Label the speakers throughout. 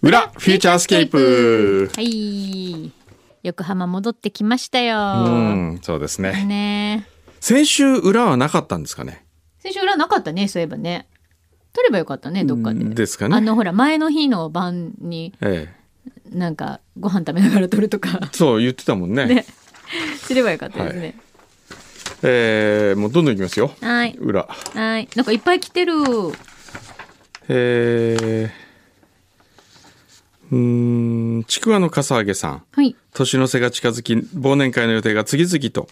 Speaker 1: フューチャースケープ。
Speaker 2: はい。横浜戻ってきました
Speaker 1: う
Speaker 2: よ。
Speaker 1: ん、そうですね。
Speaker 2: ねえ
Speaker 1: 先週裏はなかったんですかね。
Speaker 2: 先週裏なかったね、そういえばね。取ればよかったね、どっかで。
Speaker 1: ですか
Speaker 2: あ
Speaker 1: ね。
Speaker 2: の、ほら、前の日の晩に、
Speaker 1: ええ、、
Speaker 2: なんか、ご飯食べながら取るとか
Speaker 1: そう言ってたもんね。
Speaker 2: ね、すればよかったですね。
Speaker 1: ええもうどんどんいきますよ。
Speaker 2: はい。
Speaker 1: 裏。
Speaker 2: はい。なんかいっぱい来てる。
Speaker 1: ええうーん、ちくわのかさあげさん。
Speaker 2: はい。
Speaker 1: 年の瀬が近づき、忘年会の予定が次々と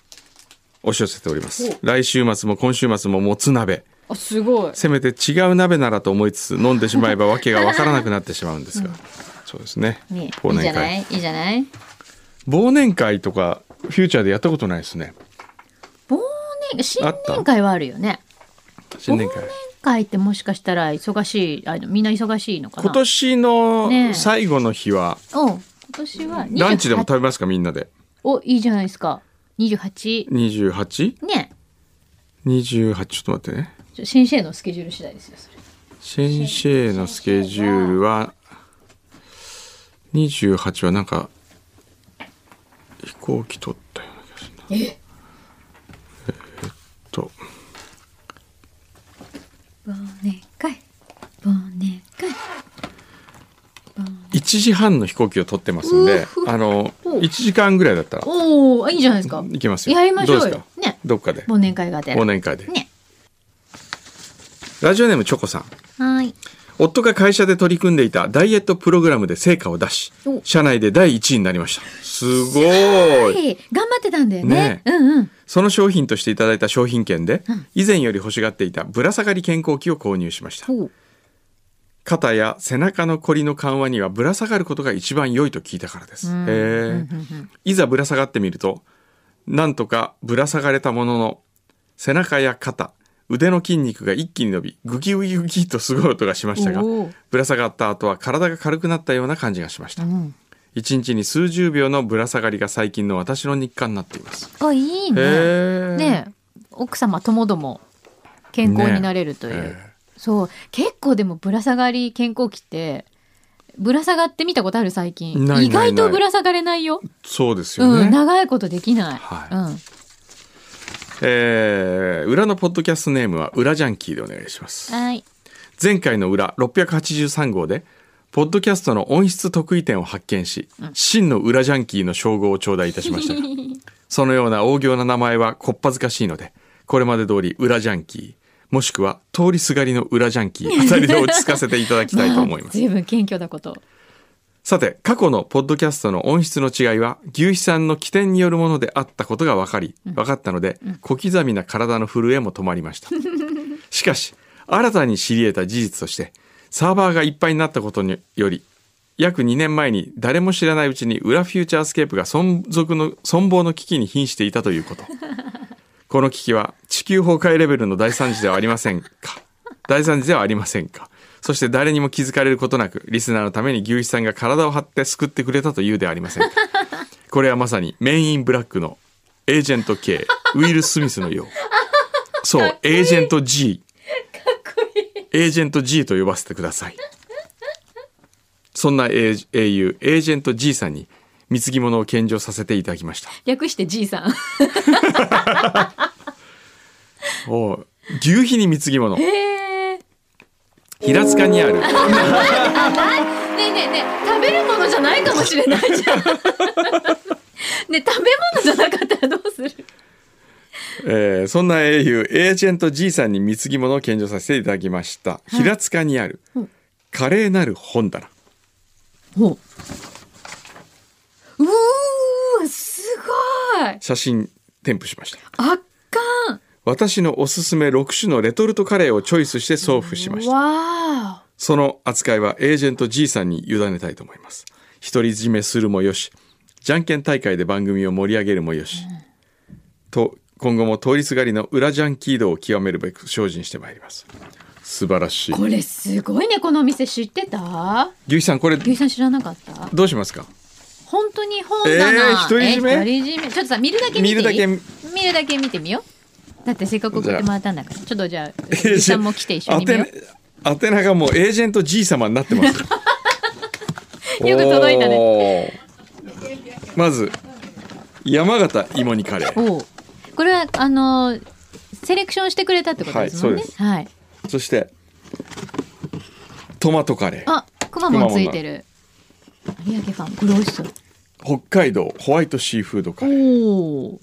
Speaker 1: 押し寄せております。来週末も今週末ももつ鍋。
Speaker 2: あ、すごい。
Speaker 1: せめて違う鍋ならと思いつつ飲んでしまえば訳が分からなくなってしまうんですが、そうですね
Speaker 2: ね
Speaker 1: 忘
Speaker 2: いいじ
Speaker 1: 年
Speaker 2: ゃない
Speaker 1: 会
Speaker 2: いいじゃない
Speaker 1: 忘年会とかフューチャーでやったことないですね
Speaker 2: 忘年、新年会はあるよね。
Speaker 1: 新年会
Speaker 2: 新年会ってもしかしたら忙しい、あのみんな忙しいのかな
Speaker 1: 今年
Speaker 2: ねえ
Speaker 1: の最後の日は
Speaker 2: うん今年は
Speaker 1: ランチでも
Speaker 2: 28
Speaker 1: 食べますかみんなで
Speaker 2: おいいじゃないですか28
Speaker 1: 2828
Speaker 2: ね
Speaker 1: ちょっと待ってね
Speaker 2: ちょ先生のスケジュール次第ですよそれ
Speaker 1: 先生のスケジュールは28はなんか飛行機取ったような気がするなえーっと
Speaker 2: 忘年会忘年会
Speaker 1: 1時半の飛行機を取ってますんで、あの1時間ぐらいだったら
Speaker 2: おおいいじゃないですか
Speaker 1: 行けますよ。
Speaker 2: やりましょうよ
Speaker 1: どうですか
Speaker 2: ね
Speaker 1: どっかで
Speaker 2: 忘年会がて
Speaker 1: 忘年会で。
Speaker 2: ね
Speaker 1: ラジオネームチョコさん。
Speaker 2: はーい
Speaker 1: 夫が会社で取り組んでいたダイエットプログラムで成果を出し
Speaker 2: お、
Speaker 1: 社内で第1位になりました。すごい。
Speaker 2: はい頑張ってたんだよ
Speaker 1: ね
Speaker 2: ねうんうん
Speaker 1: その商品としていただいた商品券で、以前より欲しがっていたぶら下がり健康器を購入しました。
Speaker 2: ほう
Speaker 1: 肩や背中のこりの緩和にはぶら下がることが一番良いと聞いたからです。へえいざぶら下がってみるとなんとかぶら下がれたものの背中や肩腕の筋肉が一気に伸びグギグギグギとすごい音がしましたが
Speaker 2: おー
Speaker 1: ぶら下がった後は体が軽くなったような感じがしました。
Speaker 2: ん
Speaker 1: 一日に数十秒のぶら下がりが最近の私の日課になっています。
Speaker 2: あいいね
Speaker 1: へえ
Speaker 2: ね奥様ともども健康になれるという、
Speaker 1: ねえ
Speaker 2: そう結構でもぶら下がり健康期ってぶら下がってみたことある最近
Speaker 1: ないないない
Speaker 2: 意外とぶら下がれないよ、
Speaker 1: そうですよね。
Speaker 2: うん、長いことできない、
Speaker 1: はい
Speaker 2: うん、
Speaker 1: えー裏のポッドキャストネームは裏ジャンキーでお願いします。
Speaker 2: はい。
Speaker 1: 前回の裏683号でポッドキャストの音質得意点を発見し、真の裏ジャンキーの称号を頂戴いたしま したがそのような大行な名前はこっぱずかしいのでこれまで通り裏ジャンキーもしくは通りすがりの裏ジャンキーあたりで落ち着かせていただきたいと思います
Speaker 2: 随分謙虚なこと。
Speaker 1: さて過去のポッドキャストの音質の違いは牛肥さんの起点によるものであったことが分かり分かったので、小刻みな体の震えも止まりましたしかし新たに知り得た事実としてサーバーがいっぱいになったことにより約2年前に誰も知らないうちに裏フューチャースケープが存続の存亡の危機に瀕していたということこの危機は地球崩壊レベルの大惨事ではありませんか大惨事ではありませんかそして誰にも気づかれることなくリスナーのために牛肥さんが体を張って救ってくれたというではありませんかこれはまさにメインインブラックのエージェント K ウィル・スミスのようそうエージェント G エージェント G と呼ばせてくださいそんな英英雄エージェント G さんに貢ぎ物を献上させていただきました
Speaker 2: 略してじいさん。
Speaker 1: おう牛皮に貢ぎ物
Speaker 2: へえ。ね
Speaker 1: 平塚にある
Speaker 2: えねえねえ、食べるものじゃないかもしれないじゃん。ねえ食べ物じゃなかったらどうする。
Speaker 1: えーそんな英雄エージェント G さんに貢ぎ物を献上させていただきました平塚にある
Speaker 2: うん
Speaker 1: 華麗なる本棚
Speaker 2: ほう。うー、すごい。
Speaker 1: 写真添付しました
Speaker 2: 圧巻。
Speaker 1: 私のおすすめ6種のレトルトカレーをチョイスして送付しました
Speaker 2: わ
Speaker 1: その扱いはエージェント G さんに委ねたいと思います独り占めするもよしじゃんけん大会で番組を盛り上げるもよし、と今後も通りすがりの裏ジャンキー度を極めるべく精進してまいります素晴らしい
Speaker 2: ーこれすごいねこのお店知ってた
Speaker 1: 牛さんこれ
Speaker 2: 牛さん知らなかった
Speaker 1: どうしますか
Speaker 2: 本当に本棚
Speaker 1: えー独り占め
Speaker 2: え独り占めちょっとさ見るだけ見ていい
Speaker 1: 見るだけ
Speaker 2: 見るだけ見てみようだってせっかく送ってもらったんだからちょっとじゃあ牛さんも来て一緒に見よう。
Speaker 1: 宛名宛名がもうエージェント G 様になってますよ
Speaker 2: よく届いたね
Speaker 1: ねまず山形芋煮カレー
Speaker 2: おうこれはあのセレクションしてくれたってことですもんね
Speaker 1: はいそうです
Speaker 2: はい、
Speaker 1: そしてトマトカレー
Speaker 2: あくまもんついてる有明ファンこれ美味しそう
Speaker 1: 北海道ホワイトシーフードカレー
Speaker 2: おお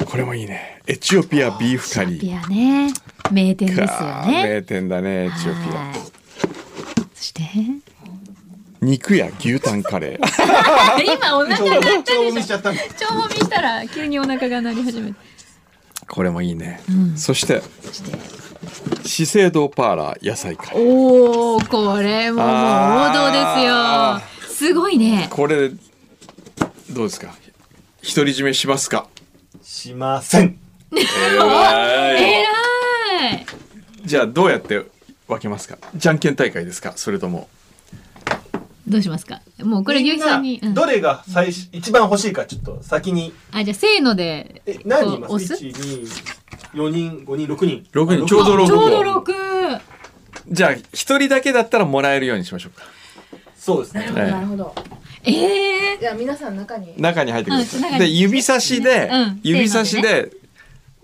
Speaker 1: あこれもいいねエチオピアビーフカリー
Speaker 2: ピアね名店ですよ
Speaker 1: か
Speaker 2: ね
Speaker 1: 名店だねエチオピア
Speaker 2: はいそして
Speaker 1: 肉や牛タンカレ ー
Speaker 2: 今お腹が
Speaker 3: ちょうど見しちゃったんで
Speaker 2: 超もみしたら急にお腹が鳴り始めた
Speaker 1: これもいいね、
Speaker 2: ん
Speaker 1: そして
Speaker 2: そして
Speaker 1: 資生堂パーラー野菜カレー
Speaker 2: おおこれももう王道
Speaker 1: あ
Speaker 2: ですよすごいね
Speaker 1: これどうですか独り占めしますか
Speaker 3: しません
Speaker 2: え
Speaker 1: え
Speaker 2: らい
Speaker 1: ーじゃあどうやって分けますかじゃんけん大会ですかそれとも
Speaker 2: どうしますかもうこれ牛
Speaker 3: み
Speaker 2: 肥
Speaker 3: ん
Speaker 2: さ
Speaker 3: なん
Speaker 2: に、うん
Speaker 3: どれが最初一番欲しいかちょっと先に
Speaker 2: あじゃあせーので
Speaker 3: え何人
Speaker 2: こ
Speaker 3: い
Speaker 2: う
Speaker 3: ま
Speaker 2: 押
Speaker 3: す
Speaker 2: す
Speaker 3: 一二四人五人六人
Speaker 1: 六人
Speaker 3: あ
Speaker 1: ちょうど
Speaker 2: あ
Speaker 1: 六
Speaker 2: ちょうど
Speaker 1: 六
Speaker 2: 六。
Speaker 1: じゃあ一人だけだったらもらえるようにしましょうか
Speaker 3: そうですね
Speaker 1: ええ
Speaker 4: なるほど。
Speaker 2: ええ
Speaker 4: じゃあ皆さん中に。
Speaker 1: 中に入ってくだ
Speaker 2: うん
Speaker 1: さ
Speaker 2: 中
Speaker 1: い
Speaker 2: に
Speaker 1: で指差しで、
Speaker 2: うん
Speaker 1: 指差しで、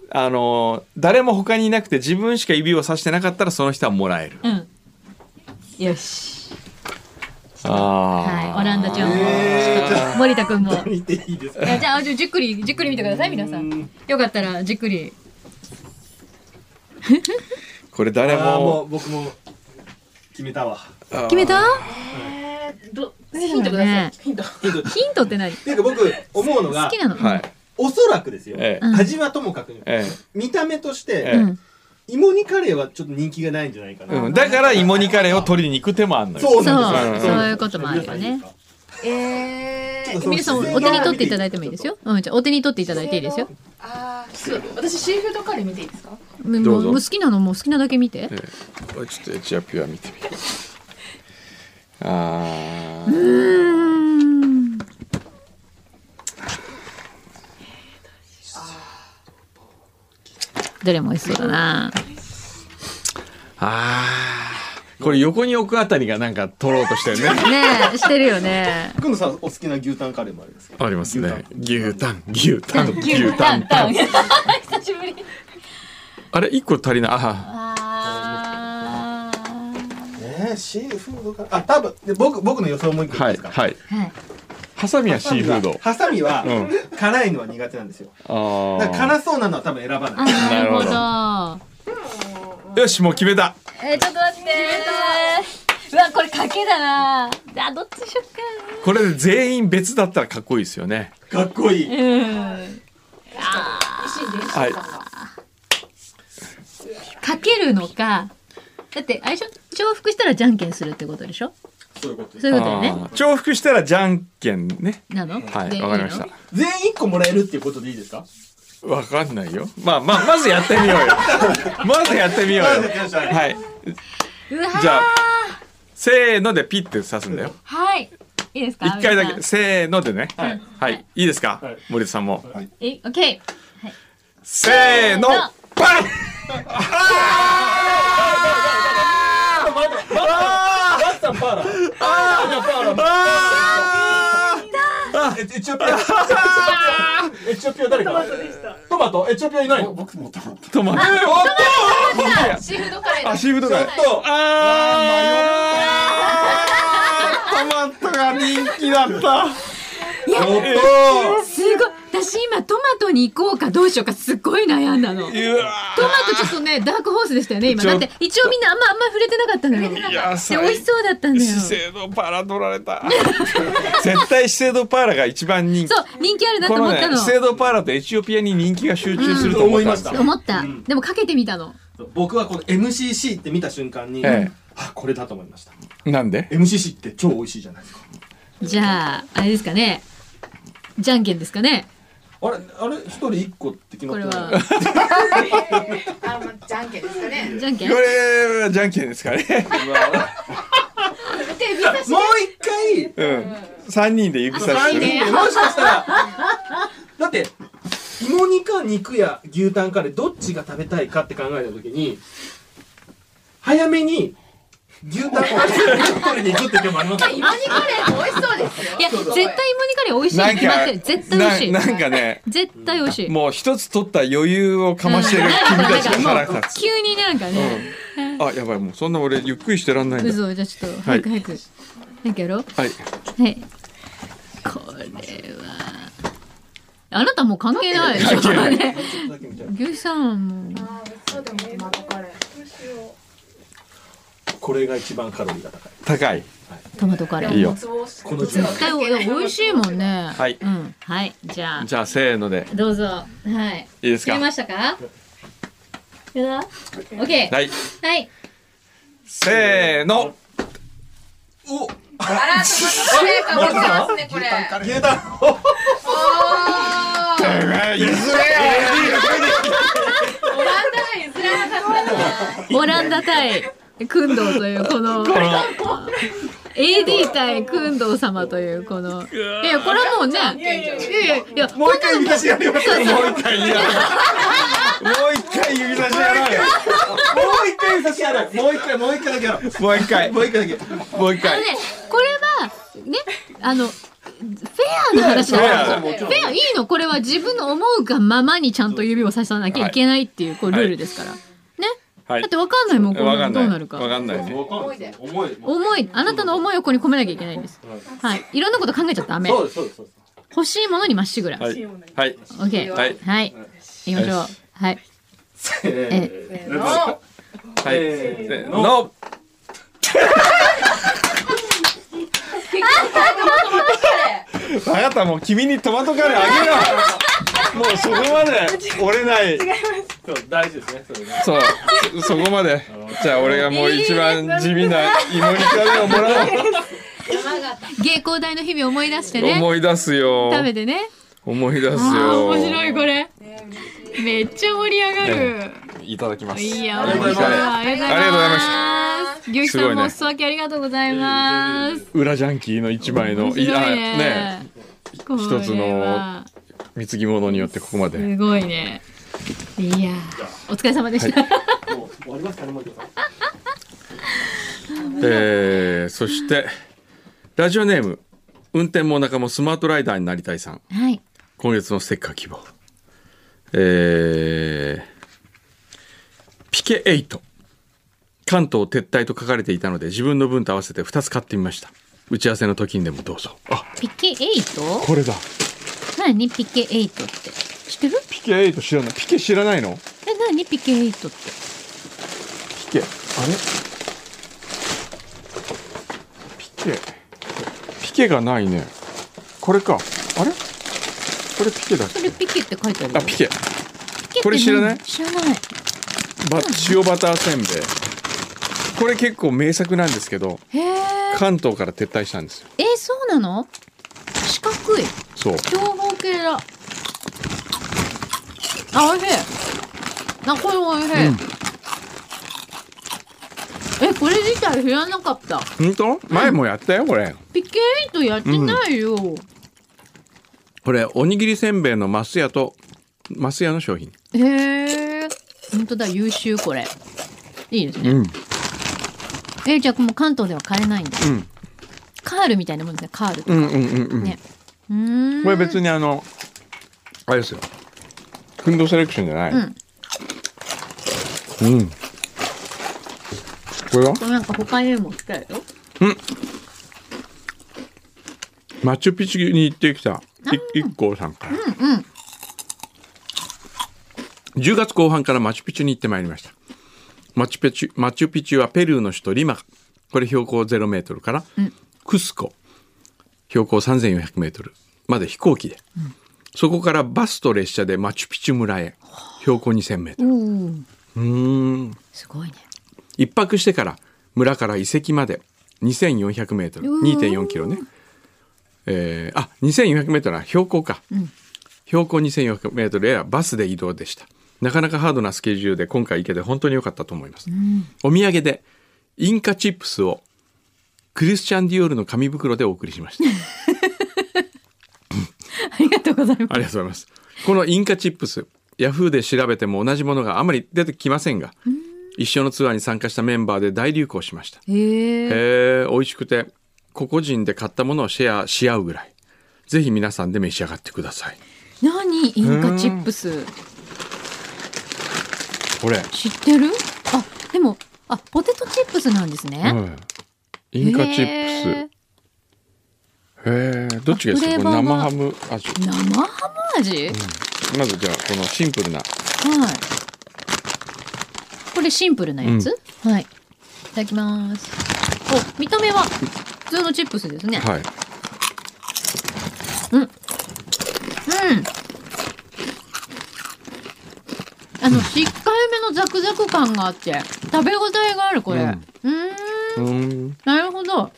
Speaker 1: あのー誰も他にいなくて自分しか指を差してなかったらその人はもらえる
Speaker 2: うんよし
Speaker 1: あ
Speaker 2: はい
Speaker 1: あ
Speaker 2: オランダちゃんも、
Speaker 3: えーじゃ
Speaker 2: 森田君も
Speaker 3: あ見ていいですか
Speaker 2: いやじゃあじゃあじっくりじっくり見てください皆さ
Speaker 3: うんん
Speaker 2: よかったらじっくり
Speaker 1: これ誰
Speaker 3: あーも
Speaker 1: も
Speaker 3: う僕も決めたわ
Speaker 2: 決めた
Speaker 4: えー、ど
Speaker 2: ヒ
Speaker 4: ヒ
Speaker 2: ン
Speaker 4: ント
Speaker 2: トく
Speaker 4: く
Speaker 2: だ
Speaker 4: だ
Speaker 2: さ
Speaker 4: さ
Speaker 2: い
Speaker 4: い。ヒント。
Speaker 3: ヒントっ
Speaker 2: ヒントって何
Speaker 3: ていうか僕思うの
Speaker 2: 好
Speaker 3: が
Speaker 2: きなの
Speaker 1: はい
Speaker 3: おそらくですよ
Speaker 1: ええ
Speaker 2: うん
Speaker 3: 味はともかく
Speaker 1: え
Speaker 3: 見た目とし
Speaker 1: え
Speaker 3: て
Speaker 1: え
Speaker 2: うん
Speaker 3: 芋煮カレーはちょっと人気がないんじゃないか
Speaker 1: え
Speaker 3: な
Speaker 1: うん、だから芋煮カレーを取りに行く手もあんのよ
Speaker 3: そう
Speaker 2: そう
Speaker 3: なん
Speaker 1: う
Speaker 3: で
Speaker 1: ん
Speaker 3: す
Speaker 2: そういうこともあるよね
Speaker 4: え
Speaker 3: ちょっと
Speaker 2: 皆さんお手に取っていただいてもいいですようんじゃあお手に取ってい
Speaker 4: い
Speaker 2: ただいていいですよ。
Speaker 4: ああ、そう。私シーフードカレー見ていいですか？
Speaker 2: もう
Speaker 1: どうぞ
Speaker 2: もう好きなのもう好きなだけ見て
Speaker 1: ええおいちょっとエチオピア見てみようあー
Speaker 2: うーんどれも美味しそうだな
Speaker 1: あーこれ横に置くあたりがなんか取ろうとしたよね
Speaker 2: ねえしてるよね
Speaker 3: くのさんお好きな牛タンカレーもありますか
Speaker 1: ありますね牛タン牛タン牛タ
Speaker 2: タ
Speaker 1: ン
Speaker 2: ンタン久しぶり
Speaker 1: あれ一個足りないあ
Speaker 2: あ
Speaker 3: ねえシーフードカレーあ多分で僕僕の予想もう
Speaker 1: ー
Speaker 3: 一個い
Speaker 1: はいい
Speaker 3: ですか
Speaker 1: はい
Speaker 2: ーはい
Speaker 1: ハサミはシーフード
Speaker 3: ハサミは
Speaker 1: う
Speaker 3: 辛いのは苦手なんですよ
Speaker 1: あ
Speaker 3: だ
Speaker 1: ー
Speaker 3: から辛そうなのは多分選ば
Speaker 2: あ
Speaker 3: ない
Speaker 2: ーなるほど
Speaker 1: よしもう決めた
Speaker 2: えー、ちょっと待ってうわこれ賭けだなあどっちしよっか
Speaker 1: これで全員別だったらかっこいいですよね
Speaker 3: かっこいい
Speaker 2: うん
Speaker 4: 石井伝子
Speaker 1: はい
Speaker 4: さんが。
Speaker 2: かけるのかだってあれでしょ重複したらじゃんけんするってことでしょ
Speaker 3: そういうことです
Speaker 2: そういうことだよね
Speaker 1: あー重複したらじゃんけんね
Speaker 2: なの
Speaker 1: はい
Speaker 2: で
Speaker 1: わかりまし
Speaker 2: いいの
Speaker 1: た
Speaker 3: 全員一個もらえるっていうことでいいですか
Speaker 1: わかんないよまあまあまずやってみよう よまずやってみようよ
Speaker 3: は
Speaker 1: はい。
Speaker 2: うわー
Speaker 1: じゃあせーのでピッて刺すんだよ。
Speaker 2: はいいいですか
Speaker 1: 一回だ
Speaker 2: 皆
Speaker 1: け、
Speaker 2: さ
Speaker 1: せーのでね。
Speaker 3: は
Speaker 1: はい
Speaker 3: い。
Speaker 1: いいですか
Speaker 3: はい
Speaker 1: 森田さんも。
Speaker 2: んえオッケ
Speaker 1: せーの
Speaker 2: せーの
Speaker 1: パン
Speaker 3: バッタンパーラー
Speaker 1: あー
Speaker 3: あエチオピア エチオピア誰かトマトエチオピアいないの僕もトマト
Speaker 1: トマト。
Speaker 4: あシーフードカレー
Speaker 1: あ、
Speaker 4: だ。
Speaker 1: シーフードだ。あートマトが人気だった。
Speaker 3: おっと
Speaker 2: ーすごい私今トマトに行こうかどうしようかすっごい悩んだのト
Speaker 1: う
Speaker 2: マ
Speaker 1: わ
Speaker 2: トちょっとねダークホースでしたよね今
Speaker 1: ちょ
Speaker 2: だって一応みんなあんまあんま触れてなかったのよで
Speaker 1: いや最
Speaker 2: 美味しそうだったん
Speaker 1: ー
Speaker 2: だよ
Speaker 1: 資
Speaker 2: そう
Speaker 1: 生堂パーラ取られた。 絶対資生堂パーラが一番人気。
Speaker 2: 人気あるなと
Speaker 1: こ
Speaker 2: 思
Speaker 1: の
Speaker 2: っ
Speaker 1: ね、
Speaker 2: たの
Speaker 1: 資生堂パーラとエチオピアに人気が集中すると思ったんですよ。
Speaker 2: 思った、
Speaker 3: うん
Speaker 2: でもかけてみたの
Speaker 3: 僕はこの MCC って見た瞬間に
Speaker 1: ええ
Speaker 3: あこれだと思いました
Speaker 1: なんで
Speaker 3: MCC って超美味しいじゃないですか
Speaker 2: じゃああれですかねじゃんけんですかね
Speaker 3: あれあれ一人一個って決ま
Speaker 2: こ
Speaker 3: っ
Speaker 2: れ
Speaker 3: てない
Speaker 2: は
Speaker 4: あ、まあ、じゃんけんですかね。
Speaker 2: じゃんけん
Speaker 1: これはじゃんけんですかね。
Speaker 4: 手指差し
Speaker 3: もう一回
Speaker 1: うん。三人で指さし
Speaker 3: 三
Speaker 1: する。
Speaker 3: 人でもしかしたらだって芋煮か肉や牛タンカレーどっちが食べたいかって考えた時に早めに牛タンを取りに行くって手もありますよ
Speaker 4: マジカレーも美味しそうですよ
Speaker 2: いや絶対芋煮カレー美味しいに決まってる絶対美味しい
Speaker 1: ななんかね
Speaker 2: 絶対美味しい
Speaker 1: もう一つ取った余裕をかまして る君たちが腹
Speaker 2: なんかもう
Speaker 1: 立つ、
Speaker 2: 急になんかね、
Speaker 1: うん、あやばいもうそんな俺ゆっくりしてらんないんだ
Speaker 2: 嘘じゃあちょっと早く早く、早くやろう
Speaker 1: はい
Speaker 2: はいこれはあなたもう関係ないでしょね牛さんはもう
Speaker 4: あー美味しそうだもんマジカレー
Speaker 3: これが一番カロリーが高
Speaker 1: 高い
Speaker 3: い
Speaker 2: トマトカレ
Speaker 1: いい
Speaker 2: ー
Speaker 1: よ
Speaker 3: この順番
Speaker 2: 絶対おいや美味しいもんね
Speaker 1: はい
Speaker 2: うん、はいじゃあ
Speaker 1: じゃあせーので
Speaker 2: どうぞはい
Speaker 1: いいですか
Speaker 2: 見えましたかやだ ?OK
Speaker 1: はい
Speaker 2: はい
Speaker 1: せーの
Speaker 3: お
Speaker 4: あらトマトカレーか持ってますねこれ
Speaker 3: 牛タンを
Speaker 4: おー
Speaker 1: 譲れよ
Speaker 4: オランダが譲らなかったな
Speaker 2: オランダ対クンドーというこの AD 対クンドー様というこのいやいやこれはもうねいやいやいや
Speaker 3: もう一回指差しやりましょうもう一回や
Speaker 1: もう一回指差しやろうよ
Speaker 3: もう一回指差しやろうもう一回もう一回だけやろう
Speaker 1: もう一回
Speaker 3: もう一回だけ
Speaker 1: もう一
Speaker 2: あ
Speaker 1: 回
Speaker 2: のねこれはねあのフェアの話だからフ
Speaker 3: フェア
Speaker 2: ェアいいのこれは自分の思うがままにちゃんと指をささなきゃいけないっていうこうルールですから、ね
Speaker 1: はい
Speaker 2: だってわかんないもんこん
Speaker 1: わか
Speaker 2: な
Speaker 1: ん
Speaker 2: の
Speaker 1: ない
Speaker 2: ど
Speaker 1: う
Speaker 2: なる
Speaker 1: わ
Speaker 2: か
Speaker 1: かんないね
Speaker 4: 重いで
Speaker 3: 重い
Speaker 2: 思いあなたの思いをここに込めなきゃいけないんですはいいろんなこと考えちゃダメ
Speaker 3: そうですそうですそうです
Speaker 2: 欲しいものにまっしぐら、
Speaker 1: はいはい
Speaker 2: オッケー。
Speaker 1: は
Speaker 2: はいい。はい。行きましょう。はい。
Speaker 3: え
Speaker 4: せーの
Speaker 1: はいせー の分かったもう君にトマトカレーあげよ うもうそこまで折れない
Speaker 3: そう大事ですねそれね
Speaker 1: そうそこまでじゃあ俺がもう一番地味な芋煮カレーをもら
Speaker 2: 芸工大の日々思い出して
Speaker 1: おう
Speaker 2: ね。
Speaker 1: 思い出すよ
Speaker 2: 食べてね。
Speaker 1: 思い出す
Speaker 2: ああ、
Speaker 1: よ
Speaker 2: 面白いこれ。めっちゃ盛り上がる。
Speaker 1: いただきます
Speaker 2: いいや、
Speaker 3: ありがとうございます
Speaker 2: ありがとうございます。牛さんもお裾分けありがとうございます。
Speaker 1: 裏ジャンキーの一枚の
Speaker 2: 面白い
Speaker 1: や
Speaker 2: ね。これは
Speaker 1: 一つの貢ぎ物によってここまです
Speaker 2: ごいね。いやー、お疲れ様でした。
Speaker 3: もう終わりますかねもう一回
Speaker 1: えー、そしてラジオネーム運転もお腹もスマートライダーになりたいさん
Speaker 2: はい。
Speaker 1: 今月のステッカー希望えー、ピケ8関東撤退と書かれていたので自分の分と合わせて2つ買ってみました打ち合わせの時にでもどうぞあ
Speaker 2: ピケ 8?
Speaker 1: これだ
Speaker 2: 何ピケ8って。知ってる
Speaker 1: ピケ8知らないピケ知らないの
Speaker 2: え、何ピケ8って。
Speaker 1: ピケあれピケピケがないねこれかあれこれピケだっ
Speaker 2: そ
Speaker 1: け
Speaker 2: れピケって書いてある
Speaker 1: あピケ
Speaker 2: ケって
Speaker 1: これ知らない
Speaker 2: 何知らない
Speaker 1: ば塩バターせんべいこれ結構名作なんですけど
Speaker 2: へえ
Speaker 1: 関東から撤退したんですよ
Speaker 2: えーそうなの四角い
Speaker 1: そう
Speaker 2: 長方形だあおいしいなこれおいしい、えこれ自体知らなかった
Speaker 1: 本当前もやったよこれ
Speaker 2: ピケイトやってないよ、
Speaker 1: これおにぎりせんべいのマスヤとマスヤの商品
Speaker 2: へえ本当だ優秀これいいですね、
Speaker 1: うん
Speaker 2: えじゃあもう関東では買えないんだ、
Speaker 1: ん
Speaker 2: カールみたいなもんですねカールとか、
Speaker 1: うんうんうんうん
Speaker 2: ねうーん
Speaker 1: これ別にあのあれですよフンドセレクションじゃない
Speaker 2: うん
Speaker 1: うん、これは
Speaker 2: これなんか他にも来たよ
Speaker 1: マチュピチュに行ってきたい一行さんから、10月後半からマチュピチュに行ってまいりましたマチュピチュマチュピチュはペルーの首都リマこれ標高0メートルから、クスコ標高3400メートルまで飛行機で、そこからバスと列車でマチュピチュ村へ標高2000メートル
Speaker 2: うん
Speaker 1: うーん
Speaker 2: すごいね
Speaker 1: 一泊してから村から遺跡まで2400メートル
Speaker 2: うーん
Speaker 1: 2.4キロね。えー、あ2400メートルは標高か、標高2400メートルへはバスで移動でしたなかなかハードなスケジュールで今回行けて本当に良かったと思います、お土産でインカチップスをクリスチャン・ディオールの紙袋でお送りしました
Speaker 2: ありがとうございます
Speaker 1: ありがとうございますこのインカチップスヤフーで調べても同じものがあまり出てきませんが一緒のツアーに参加したメンバーで大流行しました
Speaker 2: へえ。
Speaker 1: へえ美味しくて個々人で買ったものをシェアし合うぐらいぜひ皆さんで召し上がってください
Speaker 2: 何インカチップス。
Speaker 1: これ、
Speaker 2: 知ってるあ、でも、あ、ポテトチップスなんです
Speaker 1: う
Speaker 2: ね。
Speaker 1: ん、インカチッ
Speaker 2: プ
Speaker 1: プスへえどっちがいいですかこれ
Speaker 2: あフレーバ
Speaker 1: 生
Speaker 2: ーが
Speaker 1: ハム味
Speaker 2: 生ハム味、
Speaker 1: まずじゃあこのシンプルな
Speaker 2: はい。これシンプルなやつ、はい。いただきます。お、見た目は普通のチップスですね。
Speaker 1: はい
Speaker 2: うん。あの、しっかりめのザクザク感があって、食べ応えがある、これ。
Speaker 1: う
Speaker 2: うんーん、ん
Speaker 1: うん
Speaker 2: なるほど。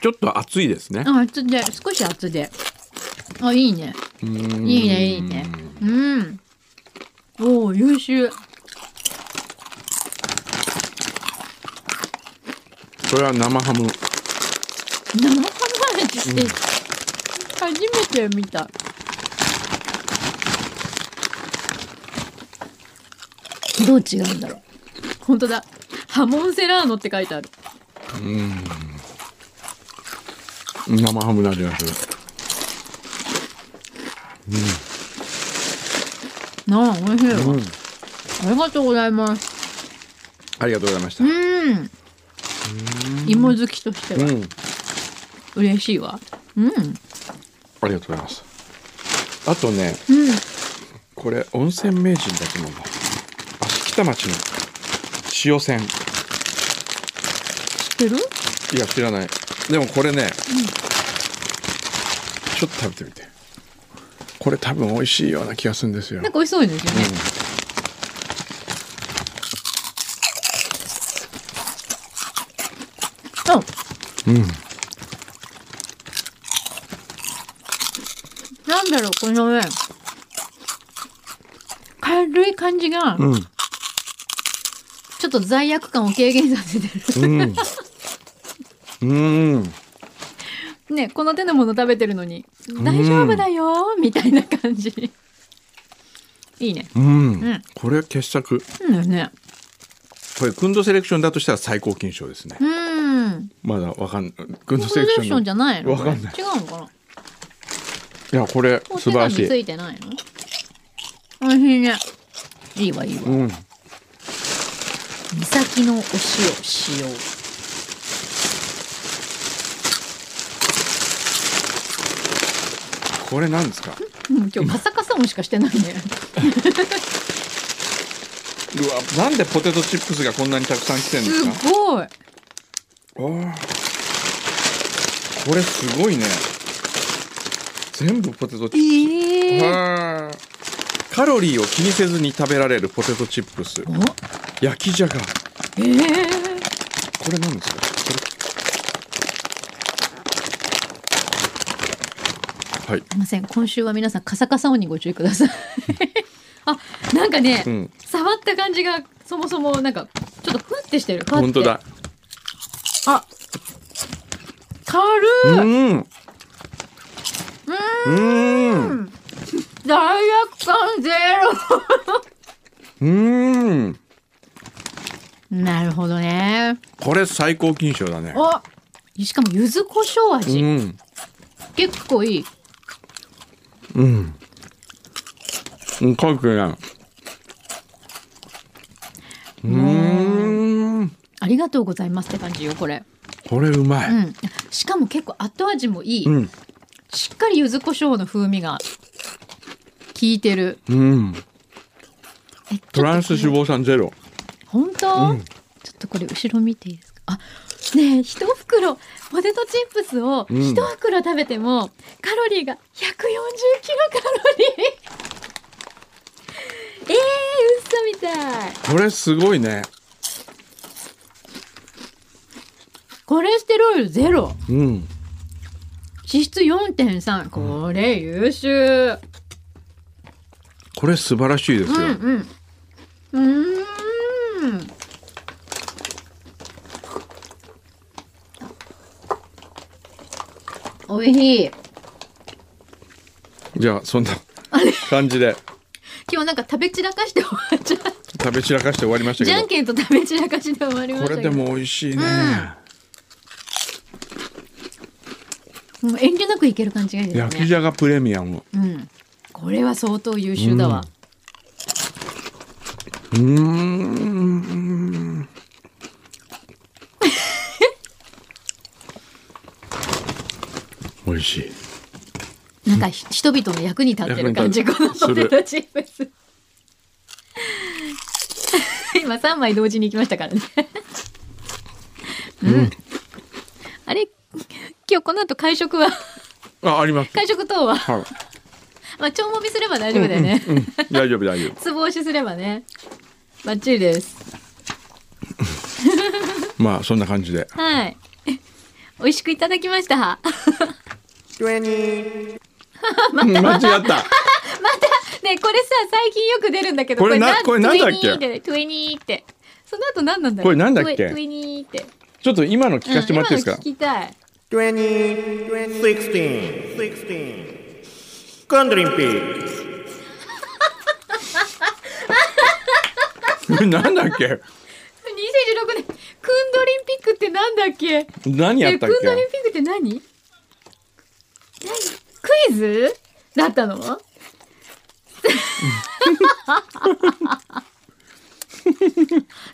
Speaker 1: ちょっと熱いですね
Speaker 2: あ、厚で、少し厚で。あ、いいね。
Speaker 1: うん
Speaker 2: いいね、いいね。うん。おお、優秀。
Speaker 1: これは生ハム
Speaker 2: 生ハム味って、初めて見た。どう違うんだろう。本当だ。ハモンセラーノって書いてある。
Speaker 1: 生ハムの味がする
Speaker 2: なあ、美味しいわ、ありがとうございます。
Speaker 1: ありがとうございました
Speaker 2: うん。芋好きとして
Speaker 1: う
Speaker 2: は
Speaker 1: ん
Speaker 2: 嬉しいわ。うん。うん。
Speaker 1: ありがとうございますあとねこれ温泉名人だけなんだ芦北町の塩泉
Speaker 2: 知ってる
Speaker 1: いや知らないでもこれね、ちょっと食べてみてこれ多分美味しいような気がするんですよ
Speaker 2: なんか美味しそうですよね。うん。
Speaker 1: うん
Speaker 2: なんだろう、このね、軽い感じが、
Speaker 1: うん
Speaker 2: ちょっと罪悪感を軽減させて
Speaker 1: うんうん
Speaker 2: る。 ね、この手のもの食べてるのに、大丈夫だよー、みたいな感じ。いいね。
Speaker 1: うん、
Speaker 2: うん
Speaker 1: これ傑作
Speaker 2: うんだよね。
Speaker 1: これクンドセレクションだとしたら最高金賞ですね
Speaker 2: うん。
Speaker 1: まだわかんクン
Speaker 2: コ
Speaker 1: ド
Speaker 2: ン
Speaker 1: セ
Speaker 2: セ
Speaker 1: レ
Speaker 2: レ
Speaker 1: クシ
Speaker 2: クシ
Speaker 1: ョ
Speaker 2: ョ
Speaker 1: ン
Speaker 2: ン
Speaker 1: の
Speaker 2: じゃないの
Speaker 1: わかんない
Speaker 2: これ違うのかない
Speaker 1: やこれ
Speaker 2: お
Speaker 1: 素
Speaker 2: 手
Speaker 1: 晴ら
Speaker 2: 紙
Speaker 1: しい
Speaker 2: ついてないの美味しいね。いいわ、いいわ。
Speaker 1: うん
Speaker 2: 三崎のお塩使用。
Speaker 1: これなんですか
Speaker 2: うん、今日カサカサ音しかしてないね。
Speaker 1: うわなんでポテトチップスがこんなにたくさん来てるんですか
Speaker 2: すごい。
Speaker 1: あーこれすごいね全部ポテトチップ
Speaker 2: え
Speaker 1: ス、
Speaker 2: え
Speaker 1: はーカロリーを気にせずに食べられるポテトチップス
Speaker 2: お
Speaker 1: 焼きじゃが
Speaker 2: ええ
Speaker 1: これなんですかこれはい
Speaker 2: すいません。今週は皆さんカサカサ音にご注意くだ さい。あ、なんかね、
Speaker 1: うん
Speaker 2: 触った感じがそもそもなんかちょっとふってしてる。ふわって
Speaker 1: 本当だ。
Speaker 2: あ、軽
Speaker 1: う
Speaker 2: い。
Speaker 1: んうーん
Speaker 2: 罪悪感ゼ
Speaker 1: うーん
Speaker 2: ロ。なるほどね。
Speaker 1: これ最高金賞だね
Speaker 2: お、しかも柚子胡椒
Speaker 1: う
Speaker 2: 味、
Speaker 1: ん
Speaker 2: 結構いい。
Speaker 1: うんうんかくないうーん
Speaker 2: ありがとうございますって感じよこれ。
Speaker 1: これうま
Speaker 2: う
Speaker 1: い
Speaker 2: ん。しかも結構後味もいい。
Speaker 1: うん
Speaker 2: しっかり柚子胡椒の風味が効いてる。
Speaker 1: うん
Speaker 2: えちょっと
Speaker 1: トランス脂肪酸ゼロ
Speaker 2: 本当、ちょっとこれ後ろ見ていいですかあねえ一袋ポテトチップスを
Speaker 1: うん
Speaker 2: 一袋食べても、カロリーが140キロカロリー えー、嘘みたい
Speaker 1: これすごいね
Speaker 2: コレステロールゼロ
Speaker 1: うん
Speaker 2: 脂質4.3これ優秀うん
Speaker 1: これ素晴らしいですよ
Speaker 2: うんうーんおいしい
Speaker 1: じゃあそんな感じで
Speaker 2: 今日なんか食べ散らかして終わっちゃう。
Speaker 1: 食べ散らかして終わりましたけ
Speaker 2: じゃ
Speaker 1: ど
Speaker 2: んけんと食べ散らかしで終わりまし
Speaker 1: こ
Speaker 2: た
Speaker 1: れ
Speaker 2: け
Speaker 1: で
Speaker 2: ども
Speaker 1: も美味しいね、
Speaker 2: う遠慮なくいける感じがいいで
Speaker 1: 焼
Speaker 2: す
Speaker 1: き
Speaker 2: ね
Speaker 1: じゃがプレミアム
Speaker 2: うんこれは相当優秀だわ、
Speaker 1: うーん美味しい
Speaker 2: なんかひ人々の役に立ってる感じ
Speaker 1: 役
Speaker 2: こ
Speaker 1: に
Speaker 2: の
Speaker 1: 立つ
Speaker 2: ポテトチップス今3枚同時に行きましたからねうん、あれ今日この後会食は
Speaker 1: ああります
Speaker 2: 会食等は
Speaker 1: はい
Speaker 2: まあ、ちょんもみすれば大丈夫だよね。
Speaker 1: 大丈夫大丈夫
Speaker 2: つぼ押しすればね。バッチリです。
Speaker 1: まあそんな感じ で
Speaker 2: はい。美味しくいただきました。ね
Speaker 1: 間違った
Speaker 2: え、これさ、最近よく出るんだけど、
Speaker 1: これなこれなんだっけ
Speaker 2: トゥエニーってトゥエニーって。その後何なんだろ
Speaker 1: こ
Speaker 2: う
Speaker 1: れなんだっけ
Speaker 2: トゥエトゥエニーって。
Speaker 1: ちょっと今の聞かせてもらっていいです
Speaker 2: う
Speaker 1: か
Speaker 2: ん今の聞きたい。
Speaker 5: 20, 16, 16. Condrim Peak.
Speaker 1: なんだっけ
Speaker 2: 2016年、クンドリンピックってなんだっけ
Speaker 1: 何やったっ
Speaker 2: えクンドリン
Speaker 1: け
Speaker 2: ピックって何何クイズだったの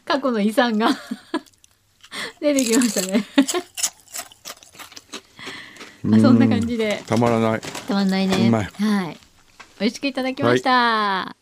Speaker 2: 過去の遺産が出てきましたねあそんな感じで
Speaker 1: たまらない
Speaker 2: たまんないうね
Speaker 1: まい
Speaker 2: はい美味しくいただきました、